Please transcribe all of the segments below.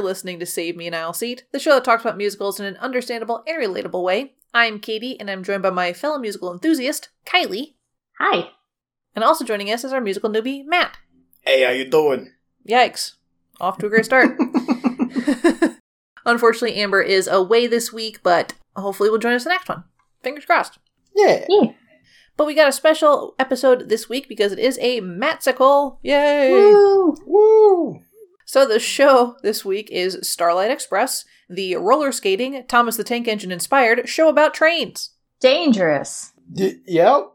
listening to Save Me an Aisle Seat, the show that talks about musicals in an understandable and relatable way. I'm Katie, and I'm joined by my fellow musical enthusiast, Kylie, Hi. and also joining us is our musical newbie, Matt. Hey, how you doing? Yikes. Off to a great start. Unfortunately, Amber is away this week, but hopefully will join us the next one. Fingers crossed. Yeah. But we got a special episode this week because it is a Matsicle. Yay! Woo. Woo. So the show this week is Starlight Express, the roller skating, Thomas the Tank Engine inspired show about trains. Dangerous. Y- yep.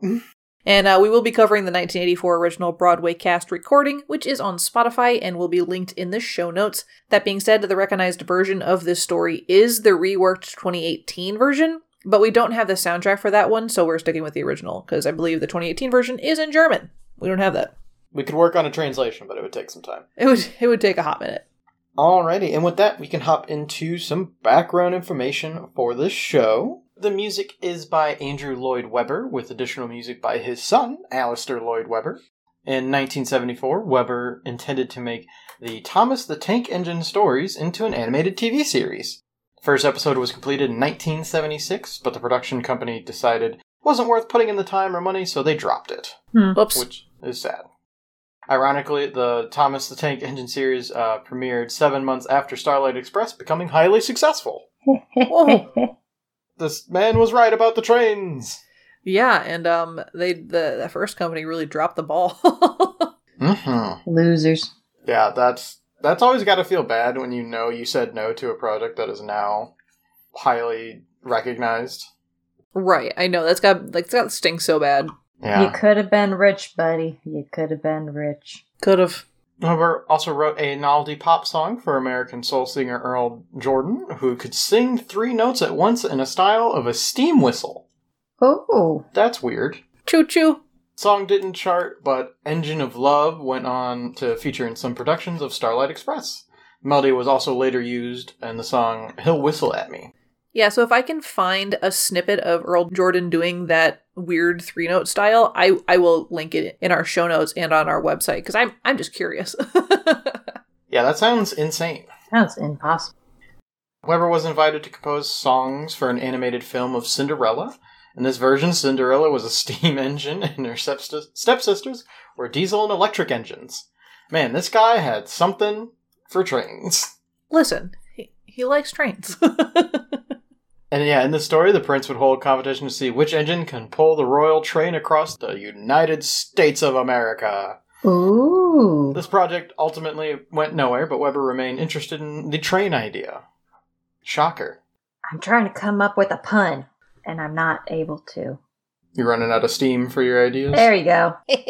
And uh, we will be covering the 1984 original Broadway cast recording, which is on Spotify and will be linked in the show notes. That being said, the recognized version of this story is the reworked 2018 version, but we don't have the soundtrack for that one, so we're sticking with the original, because I believe the 2018 version is in German. We don't have that. We could work on a translation, but it would take some time. It would it would take a hot minute. Alrighty, and with that, we can hop into some background information for this show. The music is by Andrew Lloyd Webber, with additional music by his son, Alistair Lloyd Webber. In 1974, Webber intended to make the Thomas the Tank Engine stories into an animated TV series. First episode was completed in 1976, but the production company decided it wasn't worth putting in the time or money, so they dropped it Whoops. which is sad. Ironically, the Thomas the Tank Engine series uh, premiered seven months after Starlight Express, becoming highly successful. Whoa. This man was right about the trains. Yeah, and um, they the, the first company really dropped the ball. Mm-hmm. Losers. Yeah, that's that's always got to feel bad when you know you said no to a project that is now highly recognized. right, I know that's got like that stinks so bad. You could have been rich, buddy. You could have been rich. Could have. Webber also wrote a novelty pop song for American soul singer Earl Jordan, who could sing three notes at once in a style of a steam whistle. Oh. That's weird. Choo choo. Song didn't chart, but Engine of Love went on to feature in some productions of Starlight Express. Melody was also later used in the song He'll Whistle at Me. Yeah, so if I can find a snippet of Earl Jordan doing that weird three note style, I I will link it in our show notes and on our website because I'm I'm just curious. Yeah, that sounds insane. Sounds impossible. Weber was invited to compose songs for an animated film of Cinderella. In this version, Cinderella was a steam engine, and her stepsis- stepsisters were diesel and electric engines. Man, this guy had something for trains. Listen, he, he likes trains. And yeah, in the story, the prince would hold competition to see which engine can pull the royal train across the United States of America. Ooh. This project ultimately went nowhere, but Weber remained interested in the train idea. Shocker. I'm trying to come up with a pun, and I'm not able to. You're running out of steam for your ideas? There you go.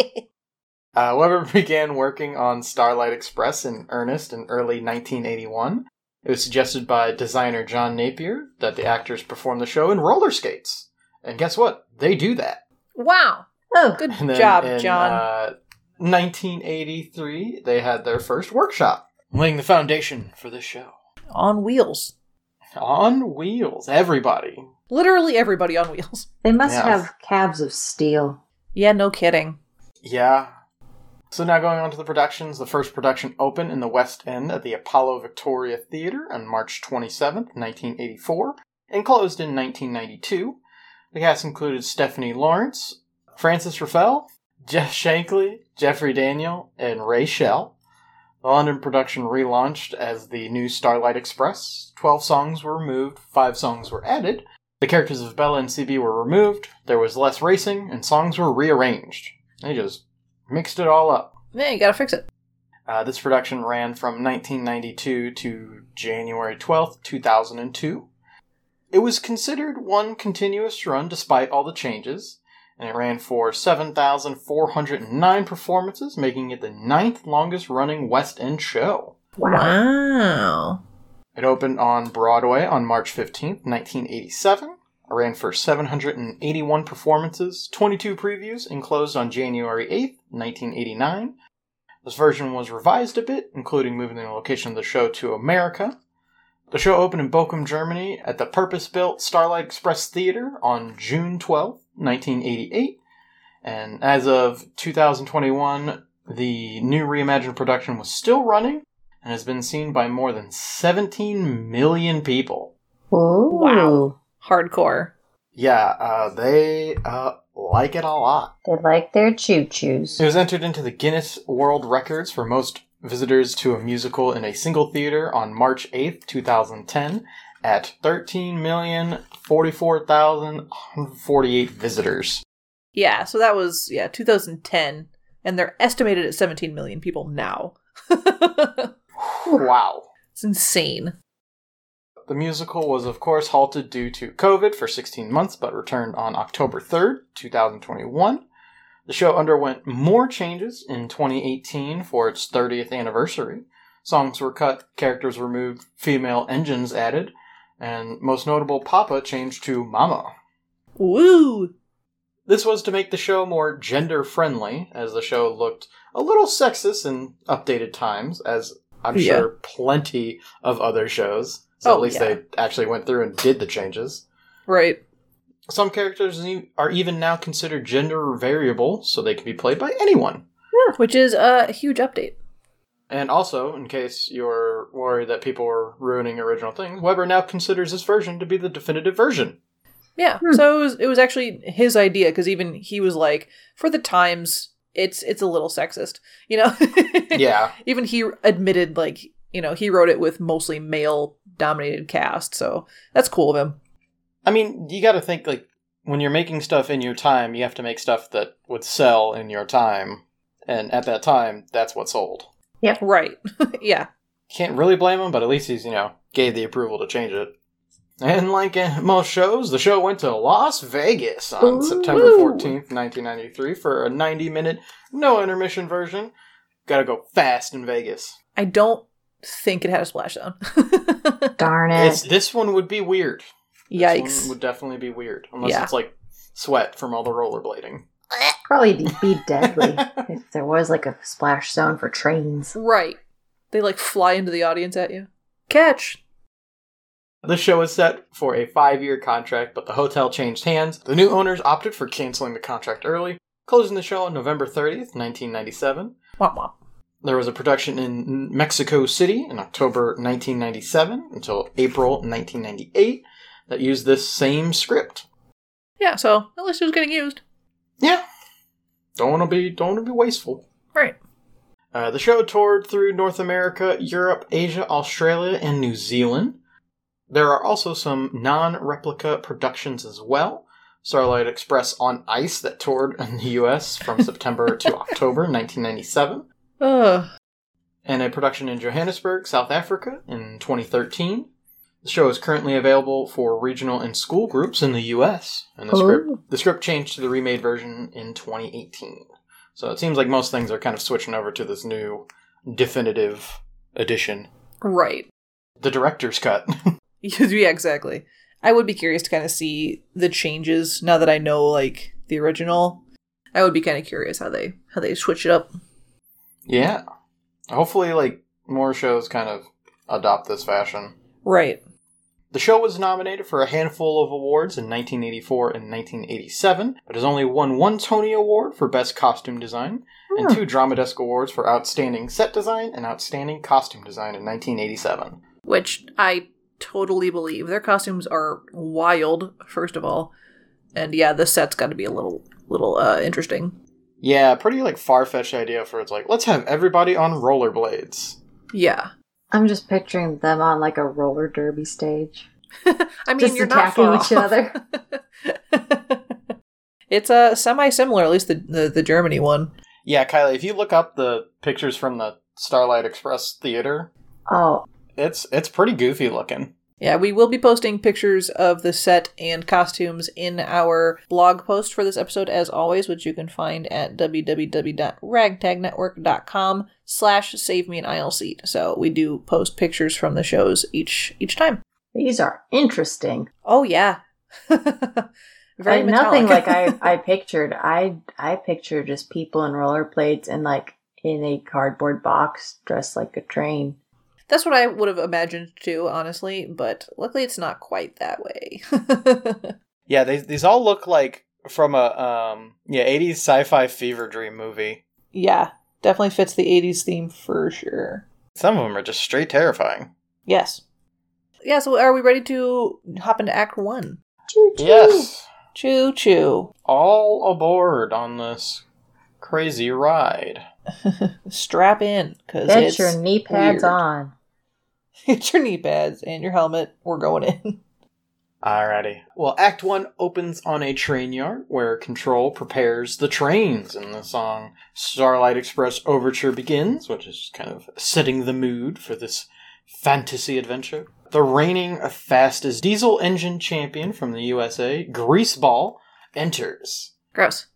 Uh, Weber began working on Starlight Express in earnest in early 1981. It was suggested by designer John Napier that the actors perform the show in roller skates. And guess what? They do that. wow, Oh. good And then job, in, John. Uh, 1983, they had their first workshop, laying the foundation for this show. on wheels, On wheels, everybody. literally everybody on wheels. They must Yeah. have calves of steel. Yeah, no kidding. Yeah. So now going on to the productions, the first production opened in the West End at the Apollo Victoria Theatre on March 27th, 1984, and closed in 1992. The cast included Stephanie Lawrence, Francis Raffel, Jeff Shankly, Jeffrey Daniel, and Ray Shell. The London production relaunched as the new Starlight Express. Twelve songs were removed, five songs were added. The characters of Bella and CB were removed, there was less racing, and songs were rearranged. They just mixed it all up. Yeah, you gotta fix it. Uh, this production ran from 1992 to January 12th, 2002. It was considered one continuous run despite all the changes, and it ran for 7,409 performances, making it the ninth longest running West End show. Wow. It opened on Broadway on March 15th, 1987. It ran for 781 performances, 22 previews, and closed on January 8th, 1989. This version was revised a bit, including moving the location of the show to America. The show opened in Bochum, Germany at the purpose built Starlight Express Theater on June 12th, 1988. And as of 2021, the new reimagined production was still running, and has been seen by more than 17 million people. Oh Wow. Hardcore. Yeah, uh, they uh, like it a lot. They like their choo choos. It was entered into the Guinness World Records for most visitors to a musical in a single theater on March 8th, 2010, at 13,044,148 visitors. Yeah, so that was, yeah, 2010, and they're estimated at 17 million people now. it's Wow. insane. The musical was, of course, halted due to COVID for 16 months, but returned on October 3rd, 2021. The show underwent more changes in 2018 for its 30th anniversary. Songs were cut, characters removed, female engines added, and most notable, Papa changed to Mama. Woo! This was to make the show more gender friendly, as the show looked a little sexist in updated times, as I'm Yeah. sure plenty of other shows. So Oh, at least yeah. they actually went through and did the changes. Right. Some characters e- are even now considered gender variable, so they can be played by anyone. Which is a huge update. And also, in case you're worried that people were ruining original things, Weber now considers this version to be the definitive version. Yeah. Hmm. So it was, it was actually his idea because even he was like, for the times, it's it's a little sexist, you know. yeah. Even he admitted, like, you know, he wrote it with mostly male dominated cast, so that's cool of him. I mean, you got to think like when you're making stuff in your time, you have to make stuff that would sell in your time, and at that time, that's what sold. Right. yeah. Can't really blame him, but at least he's you know gave the approval to change it. And like in most shows, the show went to Las Vegas on Ooh. September 14th, 1993 for a 90-minute no intermission version. Got to go fast in Vegas. I don't think it had a splash zone. Darn it. It's this one would be weird. This Yikes. one would definitely be weird unless Yeah. it's like sweat from all the rollerblading. Probably be, be deadly if there was like a splash zone for trains. Right. They like fly into the audience at you. Catch. The show is set for a five year contract, but the hotel changed hands. The new owners opted for canceling the contract early, closing the show on November 30th, 1997. Womp womp. There was a production in Mexico City in October 1997 until April 1998 that used this same script. Yeah, so at least it was getting used. Yeah. Don't want to be don't want to be wasteful. Right. Uh, the show toured through North America, Europe, Asia, Australia, and New Zealand. There are also some non replica productions as well. Starlight Express on Ice that toured in the US from September to October 1997, Ugh. and a production in Johannesburg, South Africa in 2013. The show is currently available for regional and school groups in the US, and the, Ooh. script, the script changed to the remade version in 2018. So it seems like most things are kind of switching over to this new definitive edition, Right. the director's cut. yeah, exactly. I would be curious to kind of see the changes now that I know like the original. I would be kind of curious how they how they switch it up. yeah. Hopefully, like, more shows kind of adopt this fashion. Right. The show was nominated for a handful of awards in 1984 and 1987, but has only won one Tony Award for Best Costume Design and Hmm. two Drama Desk Awards for Outstanding Set Design and Outstanding Costume Design in 1987. Which I totally believe. Their costumes are wild, first of all. And yeah, the set's got to be a little little uh interesting. Yeah, pretty like far fetched idea for it's like, let's have everybody on rollerblades. Yeah. I'm just picturing them on like a roller derby stage. I mean, Just you're not attacking far each off. other. it's a uh, semi similar, at least the, the the Germany one. Yeah, Kylie, if you look up the pictures from the Starlight Express Theater, Oh, it's it's pretty goofy looking. Yeah, we will be posting pictures of the set and costumes in our blog post for this episode, as always, which you can find at www.ragtagnetwork.com slash save me an aisle seat. So we do post pictures from the shows each each time. these are interesting. Oh yeah, very Like, nothing metallic. like I, I pictured. I I picture just people in rollerblades and like in a cardboard box dressed like a train. That's what I would have imagined too, honestly. But luckily, it's not quite that way. Yeah, they, these all look like from a um yeah, 80s sci-fi fever dream movie. yeah, definitely fits the '80s theme for sure. Some of them are just straight terrifying. Yes. Yeah, so are we ready to hop into Act 1? Choo choo. Yes. Choo choo. All aboard on this crazy ride. Strap in, because Get it's... your knee weird. pads on. Get your knee pads and your helmet. We're going in. Alrighty. Well, Act 1 opens on a train yard where Control prepares the trains, and the song Starlight Express Overture begins, which is kind of setting the mood for this fantasy adventure. The reigning fastest diesel engine champion from the USA, Greaseball, enters. Gross.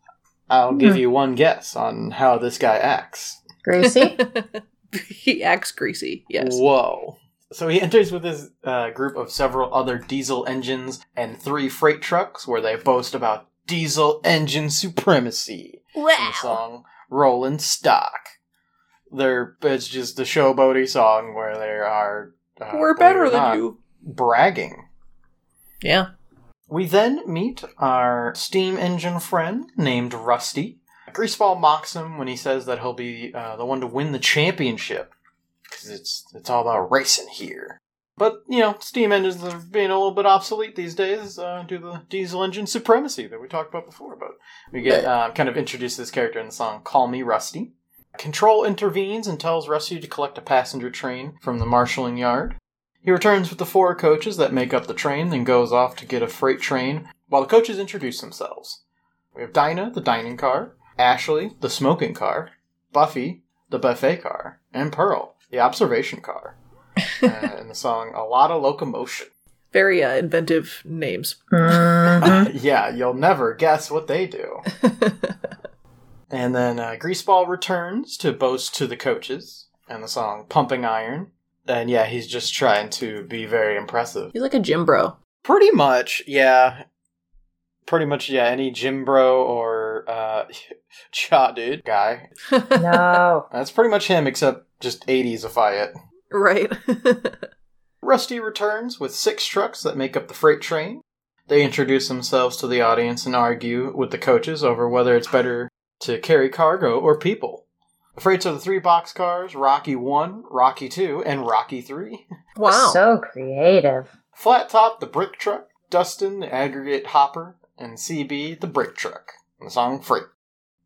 I'll give you one guess on how this guy acts. Gracie? he acts greasy. Yes. Whoa. So he enters with his uh, group of several other diesel engines and three freight trucks where they boast about diesel engine supremacy in the song Rolling Stock. They're, it's just the showboaty song where they are. Uh, We're believe it better or than not, you. Bragging. Yeah. We then meet our steam engine friend named Rusty. Greaseball mocks him when he says that he'll be uh, the one to win the championship because it's it's all about racing here. But you know, steam engines are being a little bit obsolete these days uh, due to the diesel engine supremacy that we talked about before. But we get uh, kind of introduced to this character in the song "Call Me Rusty." Control intervenes and tells Rusty to collect a passenger train from the marshalling yard. He returns with the four coaches that make up the train, then goes off to get a freight train while the coaches introduce themselves. We have Dinah, the dining car, Ashley, the smoking car, Buffy, the buffet car, and Pearl, the observation car. uh, and the song A Lot of Locomotion. Very uh, inventive names. Mhm. yeah, you'll never guess what they do. and then uh, Greaseball returns to boast to the coaches and the song Pumping Iron. And yeah, he's just trying to be very impressive. He's like a gym bro. Pretty much, yeah. Pretty much, yeah. Any gym bro or uh, cha dude guy. no. That's pretty much him, except just 80sify it. Right. Rusty returns with six trucks that make up the freight train. They introduce themselves to the audience and argue with the coaches over whether it's better to carry cargo or people. The freights are the three box cars Rocky 1, Rocky 2, and Rocky 3. wow. So creative. Flat Top, the brick truck, Dustin, the aggregate hopper, and CB, the brick truck. And the song Freight.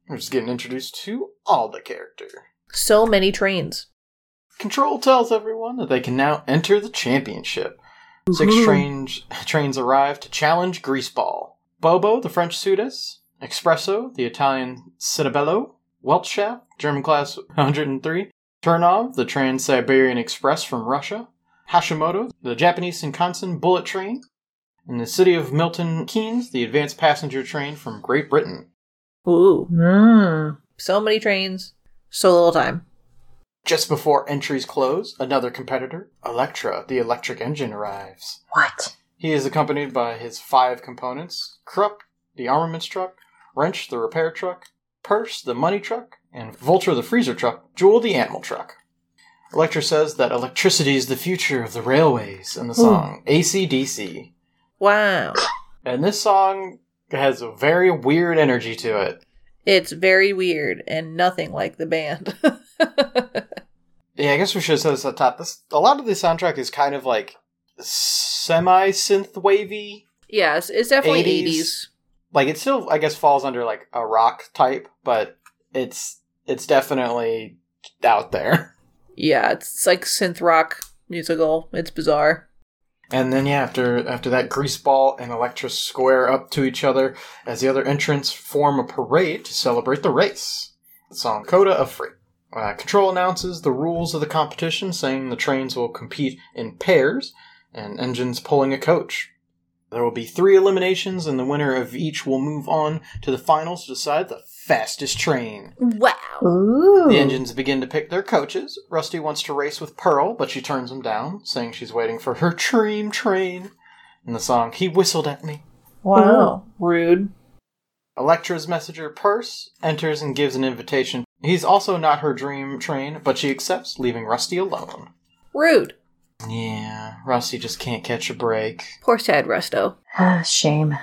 We're just getting introduced to all the character. so many trains. Control tells everyone that they can now enter the championship. Six Woohoo. trains, trains arrive to challenge Greaseball. Bobo, the French Sudas, Espresso, the Italian Citabello, Weltschaft, German class 103, Turnov, the Trans Siberian Express from Russia, Hashimoto, the Japanese Shinkansen bullet train, and the city of Milton Keynes, the advanced passenger train from Great Britain. Ooh. Mm. So many trains. So little time. Just before entries close, another competitor, Electra, the electric engine, arrives. What? He is accompanied by his five components Krupp, the armaments truck, Wrench, the repair truck, Purse, the money truck, and Vulture, the freezer truck, Jewel, the animal truck. Electra says that electricity is the future of the railways in the song ACDC. Wow. And this song has a very weird energy to it. It's very weird and nothing like the band. Yeah, I guess we should have said this at the top. This, a lot of the soundtrack is kind of like semi synth wavy, yes, it's definitely 80s. 80s. like it still i guess falls under like a rock type but it's it's definitely out there Yeah, it's like synth rock musical. It's bizarre. and then yeah after after that greaseball and electra square up to each other as the other entrants form a parade to celebrate the race the song coda of freight uh, control announces the rules of the competition saying the trains will compete in pairs and engines pulling a coach there will be three eliminations and the winner of each will move on to the finals to decide the fastest train Wow. Ooh. The engines begin to pick their coaches. Rusty wants to race with Pearl, but she turns him down, saying she's waiting for her dream train. In the song, he whistled at me. Wow. Rude. Electra's messenger, Purse, enters and gives an invitation. He's also not her dream train, but she accepts, leaving Rusty alone. Rude. Yeah, Rusty just can't catch a break. Poor sad Resto. Ah, Shame.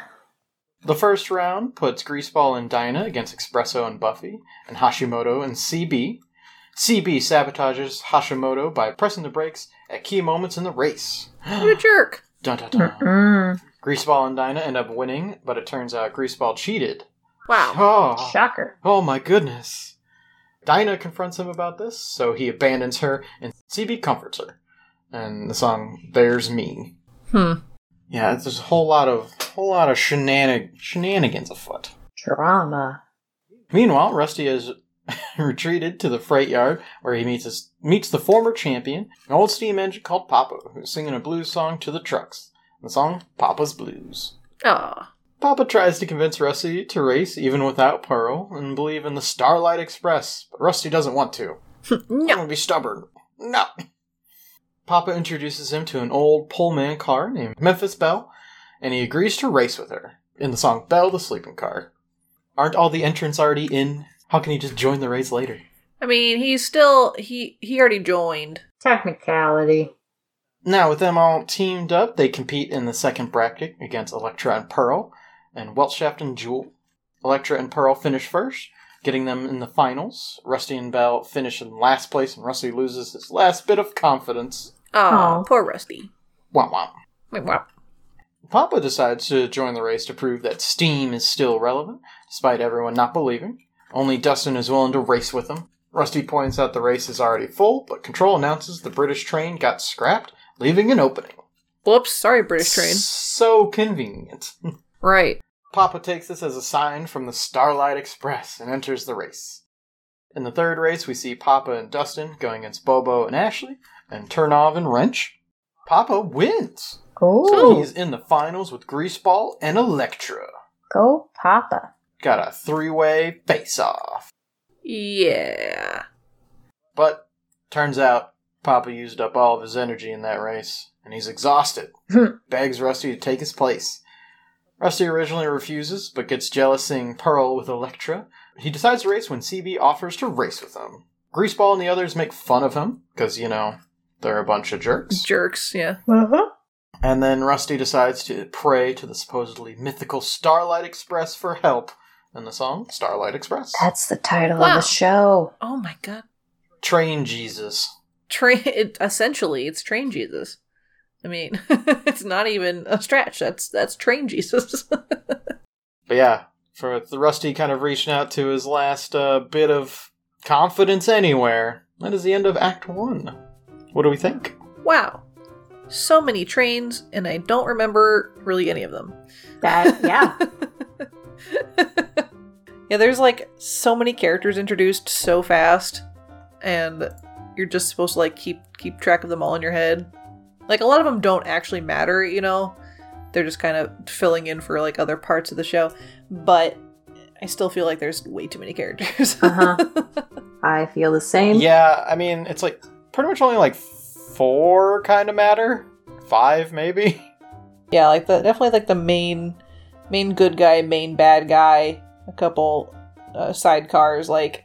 The first round puts Greaseball and Dinah against Espresso and Buffy, and Hashimoto and CB. CB sabotages Hashimoto by pressing the brakes at key moments in the race. What a jerk! Dun dun dun. Mm. Mm-mm. Greaseball and Dinah end up winning, but it turns out Greaseball cheated. Wow. Oh. Ah. Shocker. Oh my goodness. Dinah confronts him about this, so he abandons her, and CB comforts her. And the song "There's Me." Hmm. Yeah, it's- there's a whole lot of whole lot of shenanig- shenanigans afoot. Drama. Meanwhile, Rusty has retreated to the freight yard, where he meets his, meets the former champion, an old steam engine called Papa, who's singing a blues song to the trucks. The song "Papa's Blues." Aw. Papa tries to convince Rusty to race even without Pearl and believe in the Starlight Express, but Rusty doesn't want to. I'm No. gonna be stubborn. No. Papa introduces him to an old Pullman car named Memphis Belle, and he agrees to race with her in the song Belle the Sleeping Car. Aren't all the entrants already in? How can he just join the race later? I mean, he's still he he already joined. Technicality. Now, with them all teamed up, they compete in the second bracket against Electra and Pearl, and Weltshaft and Jewel. Electra and Pearl finish first, getting them in the finals. Rusty and Belle finish in last place, and Rusty loses his last bit of confidence. Aw, Aw. poor Rusty. Womp womp. Wait, wow. Papa decides to join the race to prove that steam is still relevant, despite everyone not believing. Only Dustin is willing to race with him. Rusty points out the race is already full, but Control announces the British train got scrapped, leaving an opening. Whoops, sorry, British train. So convenient. Right. Papa takes this as a sign from the Starlight Express and enters the race. In the third race, we see Papa and Dustin going against Bobo and Ashley, and Turnov and Wrench. Papa wins! So Cool. he's in the finals with Greaseball and Electra. Go Papa. Got a three way face off. Yeah. But turns out Papa used up all of his energy in that race, and he's exhausted. Begs Rusty to take his place. Rusty originally refuses, but gets jealous seeing Pearl with Electra. He decides to race when CB offers to race with him. Greaseball and the others make fun of him, because, you know, they're a bunch of jerks. Jerks, yeah. Uh-huh. And then Rusty decides to pray to the supposedly mythical Starlight Express for help in the song Starlight Express. That's the title of Wow. the show. Oh my god. Train Jesus. Train it, essentially it's train Jesus. I mean, it's not even a stretch. That's that's train Jesus. But yeah, for the Rusty kind of reaching out to his last uh, bit of confidence anywhere, that is the end of Act 1. What do we think? wow. So many trains and I don't remember really any of them. That yeah. yeah, there's like so many characters introduced so fast, and you're just supposed to like keep keep track of them all in your head. Like a lot of them don't actually matter, you know. They're just kind of filling in for like other parts of the show, but I still feel like there's way too many characters. Uh-huh. I feel the same. Yeah, I mean, it's like pretty much only like four kind of matter. Five, maybe. yeah, like the definitely like the main main good guy, main bad guy, a couple uh, sidecars. Like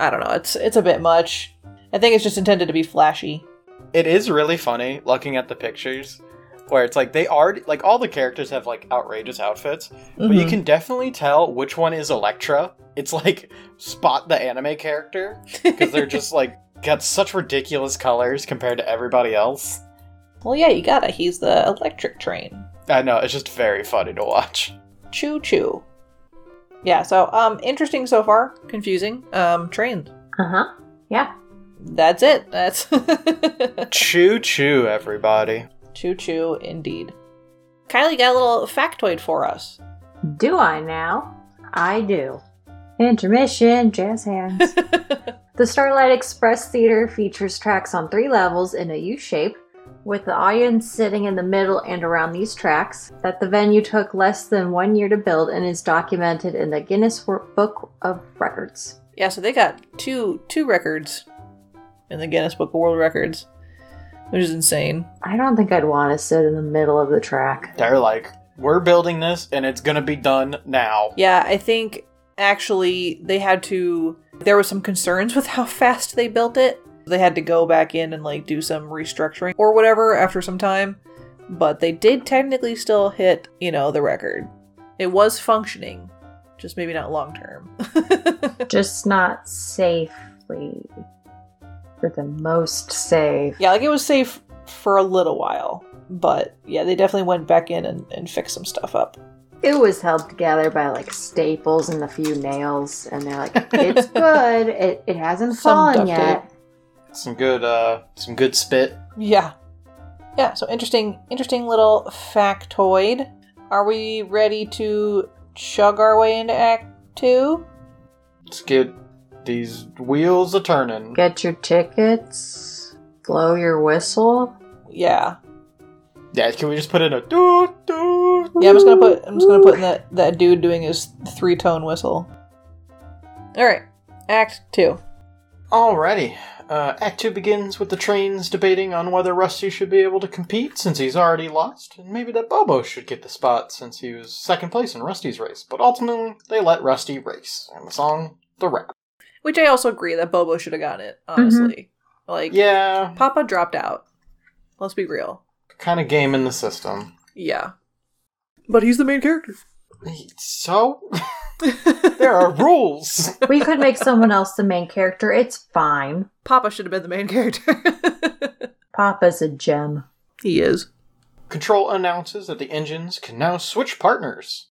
I don't know, it's it's a bit much. I think it's just intended to be flashy. It is really funny looking at the pictures where it's like they are, like, all the characters have like outrageous outfits, but you Mhm. can definitely tell which one is Electra. It's like spot the anime character. because they're just like got such ridiculous colors compared to everybody else. well, yeah, you gotta. He's the electric train. I know it's just very funny to watch. Choo choo. Yeah. So, um, interesting so far. Confusing. Um, train. Uh-huh. Yeah. That's it. That's Choo choo, everybody. choo choo indeed. Kylie got a little factoid for us. Do I now? I do. Intermission, jazz hands. the Starlight Express Theater features tracks on three levels in a U shape, with the audience sitting in the middle and around these tracks, that the venue took less than one year to build and is documented in the Guinness Wor- Book of Records. Yeah. So they got two two records in the Guinness Book of World Records, which is insane. I don't think I'd want to sit in the middle of the track. They're like, we're building this and it's gonna be done now. Yeah, I think actually they had to. There was some concerns with how fast they built it. They had to go back in and like do some restructuring or whatever after some time. But they did technically still hit, you know, the record. It was functioning, just maybe not long term. Just not safely. for the most safe. Yeah, like it was safe for a little while, but yeah, they definitely went back in and, and fixed some stuff up. It was held together by like staples and a few nails, and they're like, it's good. It, it hasn't Some fallen duct yet. Some good, uh, some good spit. Yeah. Yeah, so interesting interesting little factoid. Are we ready to chug our way into act 2? Let's get these wheels a turning. Get your tickets, blow your whistle. Yeah. Yeah, can we just put in a doo doo? Yeah, I'm just gonna put I'm just gonna put in that, that dude doing his three tone whistle. Alright. Act two. Alrighty. Uh, Act 2 begins with the trains debating on whether Rusty should be able to compete since he's already lost, and maybe that Bobo should get the spot since he was second place in Rusty's race, but ultimately they let Rusty race, and the song, The Rap. Which I also agree that Bobo should have gotten it, honestly. Like Yeah, Papa dropped out. Let's be real. kind of game in the system. Yeah. But he's the main character. So? there are rules! We could make someone else the main character. It's fine. Papa should have been the main character. Papa's a gem. he is. Control announces that the engines can now switch partners.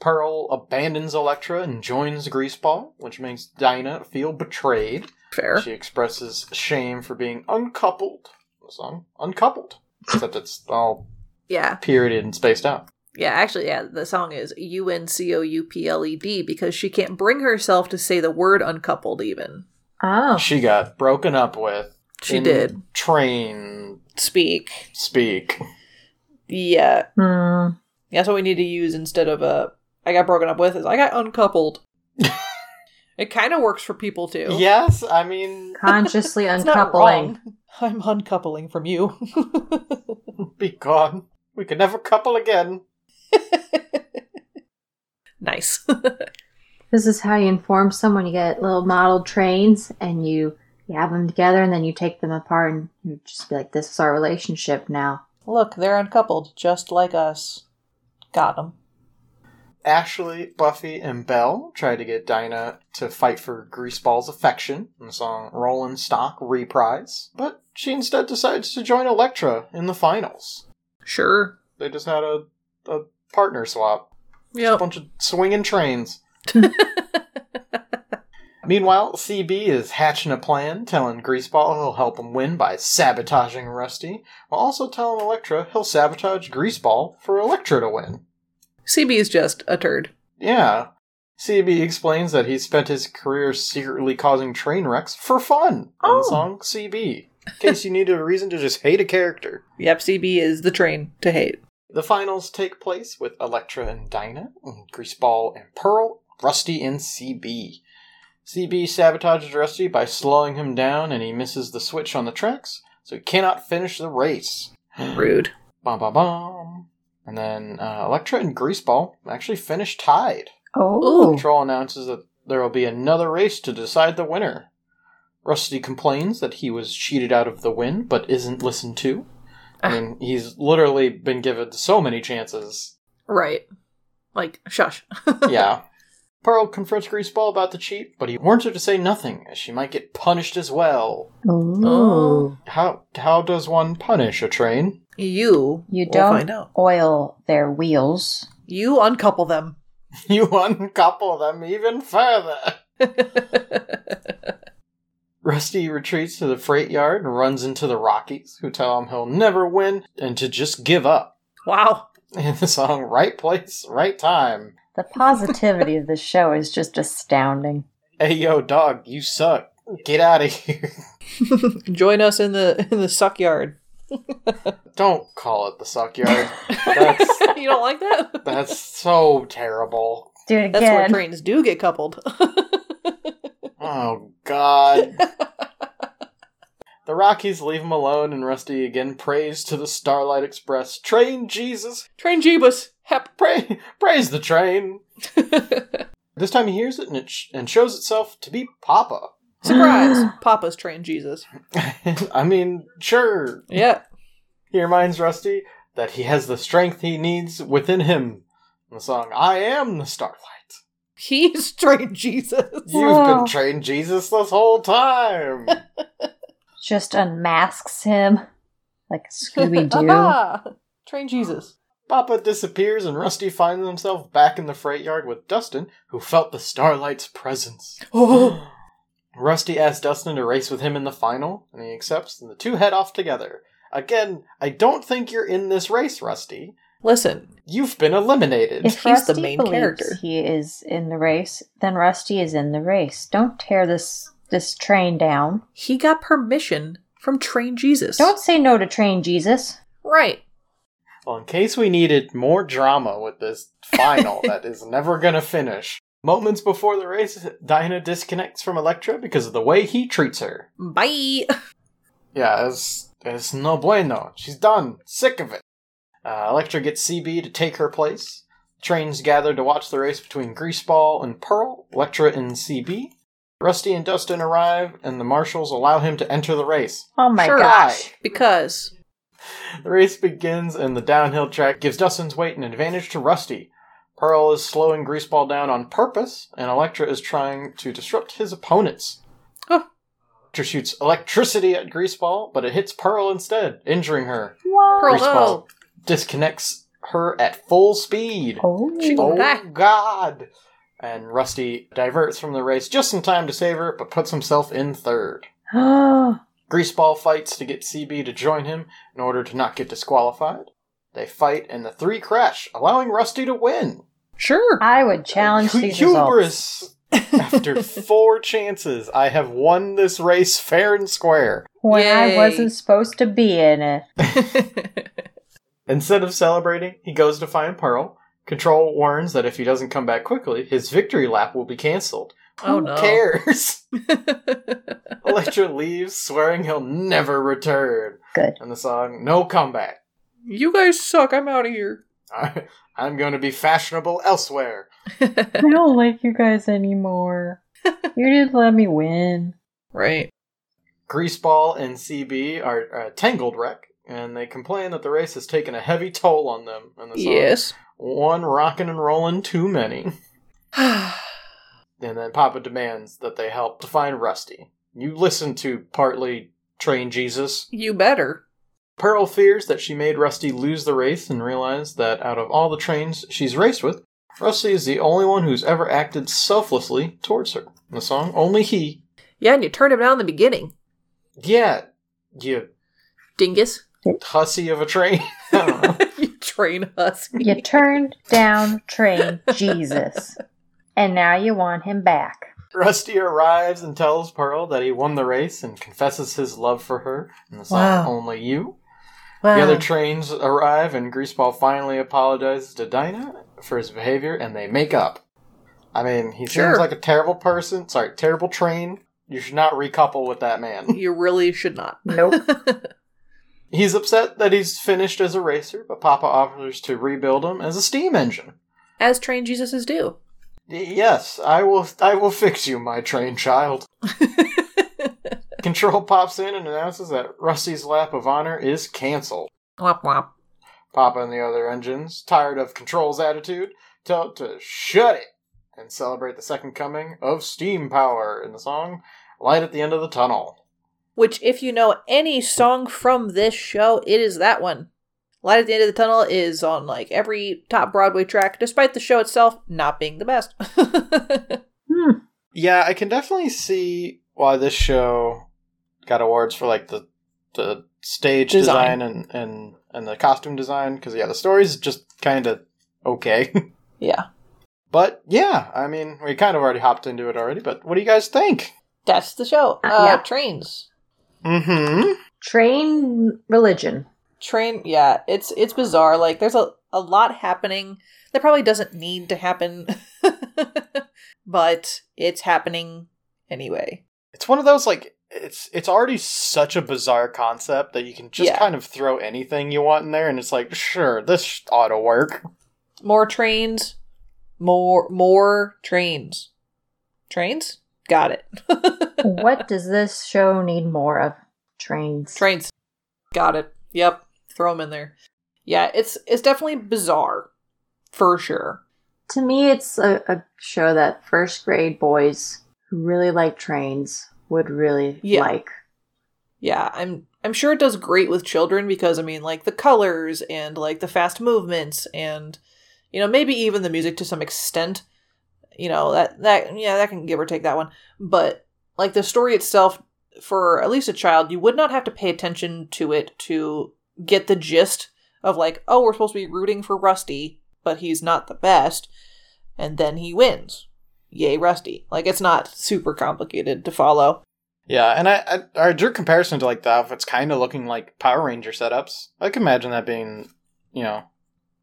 Pearl abandons Electra and joins Greaseball, which makes Dinah feel betrayed. Fair. She expresses shame for being uncoupled. The song, uncoupled. Except it's all Yeah. perioded and spaced out. Yeah, actually, yeah, the song is U N C O U P L E D because she can't bring herself to say the word uncoupled even. Oh. She got broken up with. She in did. Train Speak. speak. Yeah. Hmm. That's what we need to use instead of uh, "I got broken up with is I got uncoupled. it kind of works for people too. Yes, I mean, Consciously It's not uncoupling. wrong. I'm uncoupling from you. be gone. We could never couple again. nice. This is how you inform someone. You get little model trains and you, you have them together and then you take them apart and you just be like, this is our relationship now. Look, they're uncoupled, just like us. Got them. Ashley, Buffy, and Belle try to get Dinah to fight for Greaseball's affection in the song Rollin' Stock Reprise, but she instead decides to join Electra in the finals. Sure. They just had a, a partner swap. Yep. bunch of swinging trains. Meanwhile, CB is hatching a plan, telling Greaseball he'll help him win by sabotaging Rusty, while also telling Electra he'll sabotage Greaseball for Electra to win. CB is just a turd. Yeah. CB explains that he spent his career secretly causing train wrecks for fun in Oh. the song CB, in case you needed a reason to just hate a character. Yep, CB is the train to hate. The finals take place with Electra and Dinah, and Greaseball and Pearl, Rusty and CB. CB sabotages Rusty by slowing him down, and he misses the switch on the tracks, so he cannot finish the race. Rude. Bum bum bum. And then uh, Electra and Greaseball actually finish tied. Oh. Control announces that there will be another race to decide the winner. Rusty complains that he was cheated out of the win, but isn't listened to. I mean, he's literally been given so many chances Right. Like, shush. yeah. Pearl confronts Greaseball about the cheat, but he warns her to say nothing, as she might get punished as well. Oh. How how does one punish a train? You. You will don't find out. oil their wheels. You uncouple them. You uncouple them even further. Rusty retreats to the freight yard and runs into the Rockies, who tell him he'll never win and to just give up. Wow. In the song Right Place, Right Time. The positivity of this show is just astounding. Hey yo, dog, you suck. Get out of here. Join us in the in the suck yard. Don't call it the suck yard. That's you don't like that? that's so terrible. Do it That's where again. trains do get coupled. Oh God. the Rockies leave him alone, and Rusty again prays to the Starlight Express. Train Jesus, Train Jeebus. Hep. pray, praise the train. This time he hears it, and it sh- and shows itself to be Papa. Surprise. Papa's train Jesus. I mean, sure. Yeah. He reminds Rusty that he has the strength he needs within him. In the song, I am the Starlight. He's train Jesus. You've Wow. been trained Jesus this whole time. just unmasks him like Scooby Doo. Aha! Train Jesus. Papa disappears and Rusty finds himself back in the freight yard with Dustin, who felt the starlight's presence. Oh, Rusty asks Dustin to race with him in the final, and he accepts, and the two head off together. Again, I don't think you're in this race, Rusty. listen. You've been eliminated. If He's the Rusty main believes character. He is in the race. Then Rusty is in the race. Don't tear this this train down. He got permission from Train Jesus. Don't say no to Train Jesus. Right. Well, in case we needed more drama with this final that is never going to finish, moments before the race, Dinah disconnects from Elektra because of the way he treats her. Bye. Yeah, it's, it's no bueno. She's done. Sick of it. Uh, Elektra gets CB to take her place. Trains gather to watch the race between Greaseball and Pearl, Elektra and CB. Rusty and Dustin arrive, and the marshals allow him to enter the race. Oh my Sure. gosh. Because The race begins, and the downhill track gives Dustin's weight an advantage to Rusty. Pearl is slowing Greaseball down on purpose, and Elektra is trying to disrupt his opponents. Huh. Elektra shoots electricity at Greaseball, but it hits Pearl instead, injuring her. Pearl, Greaseball no. disconnects her at full speed. Oh, She Oh, back. God! And Rusty diverts from the race just in time to save her, but puts himself in third. Greaseball fights to get CB to join him in order to not get disqualified. They fight, and the three crash, allowing Rusty to win. Sure. I would challenge Hu- these results. Hubris! After four chances, I have won this race fair and square. when Yay. I wasn't supposed to be in it. Instead of celebrating, he goes to find Pearl. Control warns that if he doesn't come back quickly, his victory lap will be cancelled. oh Who no. cares? Electra leaves, swearing he'll never return. Good. And the song, No Comeback. you guys suck. I'm out of here. I, I'm going to be fashionable elsewhere. I don't like you guys anymore. You didn't let me win. Right. Greaseball and CB are a tangled wreck, and they complain that the race has taken a heavy toll on them. And the song, Yes. one rockin' and rollin' too many. And then Papa demands that they help to find Rusty. You listen to partly Train Jesus. you better. Pearl fears that she made Rusty lose the race and realizes that out of all the trains she's raced with, Rusty is the only one who's ever acted selflessly towards her. In the song, only he. Yeah, and you turned him down in the beginning, Yeah, you dingus. hussy of a train. I don't know. you train us. You turned down train Jesus. And now you want him back. Rusty arrives and tells Pearl that he won the race and confesses his love for her in the song Wow. Only You. Wow. The other trains arrive and Greaseball finally apologizes to Dinah for his behavior and they make up. I mean, he Sure. seems like a terrible person. Sorry, terrible train. You should not recouple with that man. you really should not. Nope. He's upset that he's finished as a racer, but Papa offers to rebuild him as a steam engine. As train Jesuses do. Y- Yes, I will I will fix you, my train child. Control pops in and announces that Rusty's lap of honor is canceled. Womp womp. Papa and the other engines, tired of Control's attitude, tell it to shut it and celebrate the second coming of steam power in the song Light at the End of the Tunnel. Which, if you know any song from this show, it is that one. Light at the End of the Tunnel is on like every top Broadway track, despite the show itself not being the best. Hmm. Yeah, I can definitely see why this show got awards for like the the stage Design. design, and, and and the costume design because yeah, the story's just kind of okay. yeah. But yeah, I mean, we kind of already hopped into it already, but what do you guys think? That's the show. Uh, Uh, yeah. Trains. Mm-hmm. Train religion. Train. Yeah, it's it's bizarre. Like there's a a lot happening that probably doesn't need to happen, but it's happening anyway. It's one of those like it's it's already such a bizarre concept that you can just Yeah. kind of throw anything you want in there and it's like, sure, this ought to work. More trains. More more trains. Trains. Got it. What does this show need more of? Trains. Trains. Got it. Yep. Throw them in there. Yeah, it's it's definitely bizarre, for sure. To me, it's a, a show that first grade boys who really like trains would really Yeah. like. Yeah, I'm I'm sure it does great with children because I mean like the colors and like the fast movements and you know maybe even the music to some extent. You know, that that yeah, that can give or take that one. But like the story itself for at least a child, you would not have to pay attention to it to get the gist of like, oh, we're supposed to be rooting for Rusty, but he's not the best, and then he wins. Yay, Rusty. Like it's not super complicated to follow. Yeah, and I, I, I drew a comparison to like the outfits kind of looking like Power Ranger setups. I can imagine that being, you know,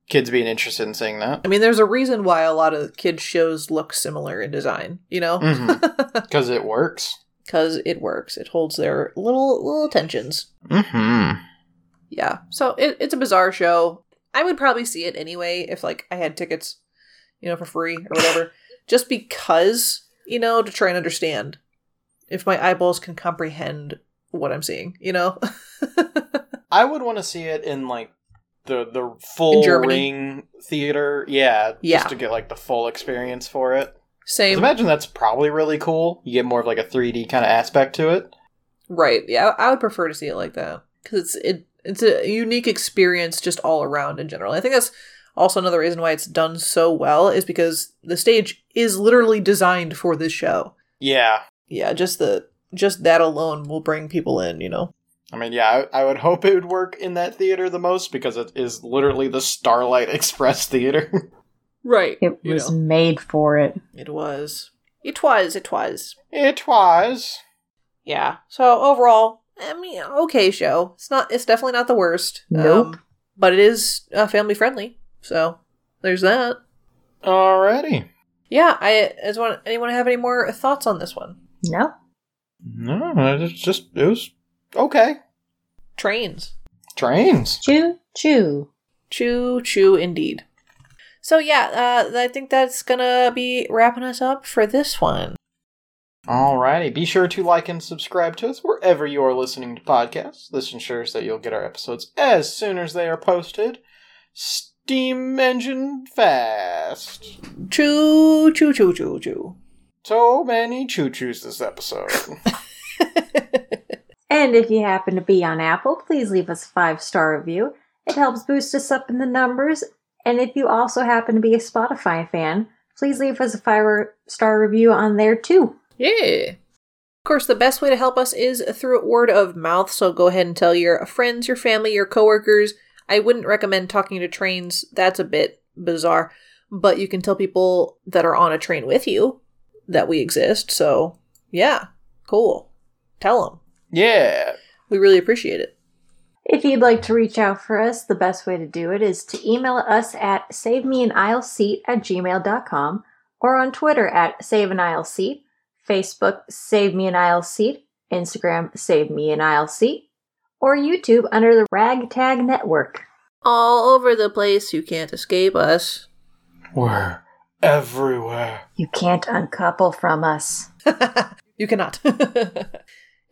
kids being interested in seeing that. I mean, there's a reason why a lot of kids' shows look similar in design, you know? Mm. Because Mm-hmm. it works. Because it works. It holds their little little tensions. Mm-hmm. Yeah. So it, it's a bizarre show. I would probably see it anyway if like I had tickets, you know, for free or whatever. Just because, you know, to try and understand if my eyeballs can comprehend what I'm seeing, you know? I would want to see it in like the the full In Germany. ring theater. Yeah, Yeah. just to get like the full experience for it. 'Cause Same. Imagine that's probably really cool. You get more of like a 3D kind of aspect to it. Right. Yeah, I I would prefer to see it like that because it's it it's a unique experience just all around in general. I think that's also another reason why it's done so well is because the stage is literally designed for this show. Yeah, Yeah, just the just that alone will bring people in. You know. I mean, yeah, I, I would hope it would work in that theater the most because it is literally the Starlight Express theater. Right. It You was know. made for it. It was. It was. It was. it was. Yeah. So overall, I mean, okay show. It's not. It's definitely not the worst. Um, Nope. but it is uh, family friendly. So there's that. Alrighty. Yeah, I is one anyone have any more thoughts on this one? No. No, it's just it was okay. Trains. Trains. Choo choo. Choo choo indeed. So yeah, uh, I think that's gonna be wrapping us up for this one. Alrighty. Be sure to like and subscribe to us wherever you are listening to podcasts. This ensures that you'll get our episodes as soon as they are posted. Steam engine fast. Choo choo choo choo choo. So many choo choos this episode. And if you happen to be on Apple, please leave us a five star review. It helps boost us up in the numbers. And if you also happen to be a Spotify fan, please leave us a five star review on there too. Yeah. Of course, the best way to help us is through word of mouth, so go ahead and tell your friends, your family, your coworkers. I wouldn't recommend talking to trains, that's a bit bizarre, but you can tell people that are on a train with you that we exist, so yeah, cool. Tell them. yeah. We really appreciate it. If you'd like to reach out for us, the best way to do it is to email us at savemeanileseat at gmail.com or on Twitter at saveanileseat, Facebook Save Me an Aisle Seat, Instagram Save Me an Aisle Seat, or YouTube under the Ragtag Network. All over the place, you can't escape us. We're everywhere. You can't uncouple from us. You cannot. and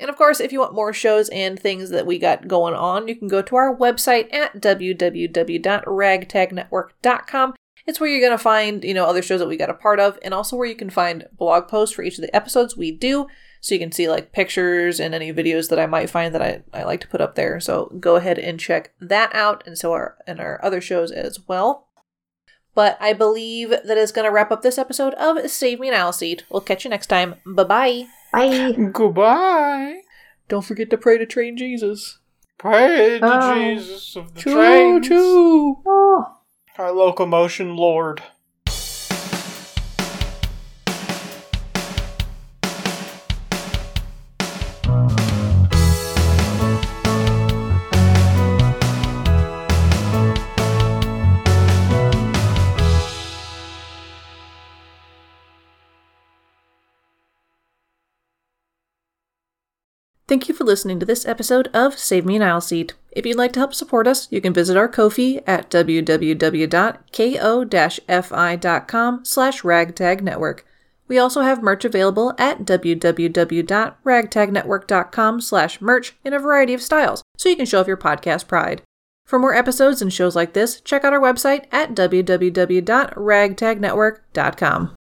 of course, if you want more shows and things that we got going on, you can go to our website at www.ragtagnetwork.com. It's where you're going to find, you know, other shows that we got a part of and also where you can find blog posts for each of the episodes we do so you can see like pictures and any videos that I might find that I, I like to put up there. So go ahead and check that out and so our and our other shows as well. But I believe that is going to wrap up this episode of Save Me an Owl Seat. We'll catch you next time. Bye bye. Bye! Goodbye. Don't forget to pray to train Jesus. Pray to Oh. Jesus of the Choo trains, choo. our locomotion lord. Thank you for listening to this episode of Save Me an Aisle Seat. If you'd like to help support us, you can visit our Ko-fi at www.ko-fi.com slash ragtagnetwork. We also have merch available at www.ragtagnetwork.com slash merch in a variety of styles, so you can show off your podcast pride. For more episodes and shows like this, check out our website at www.ragtagnetwork.com.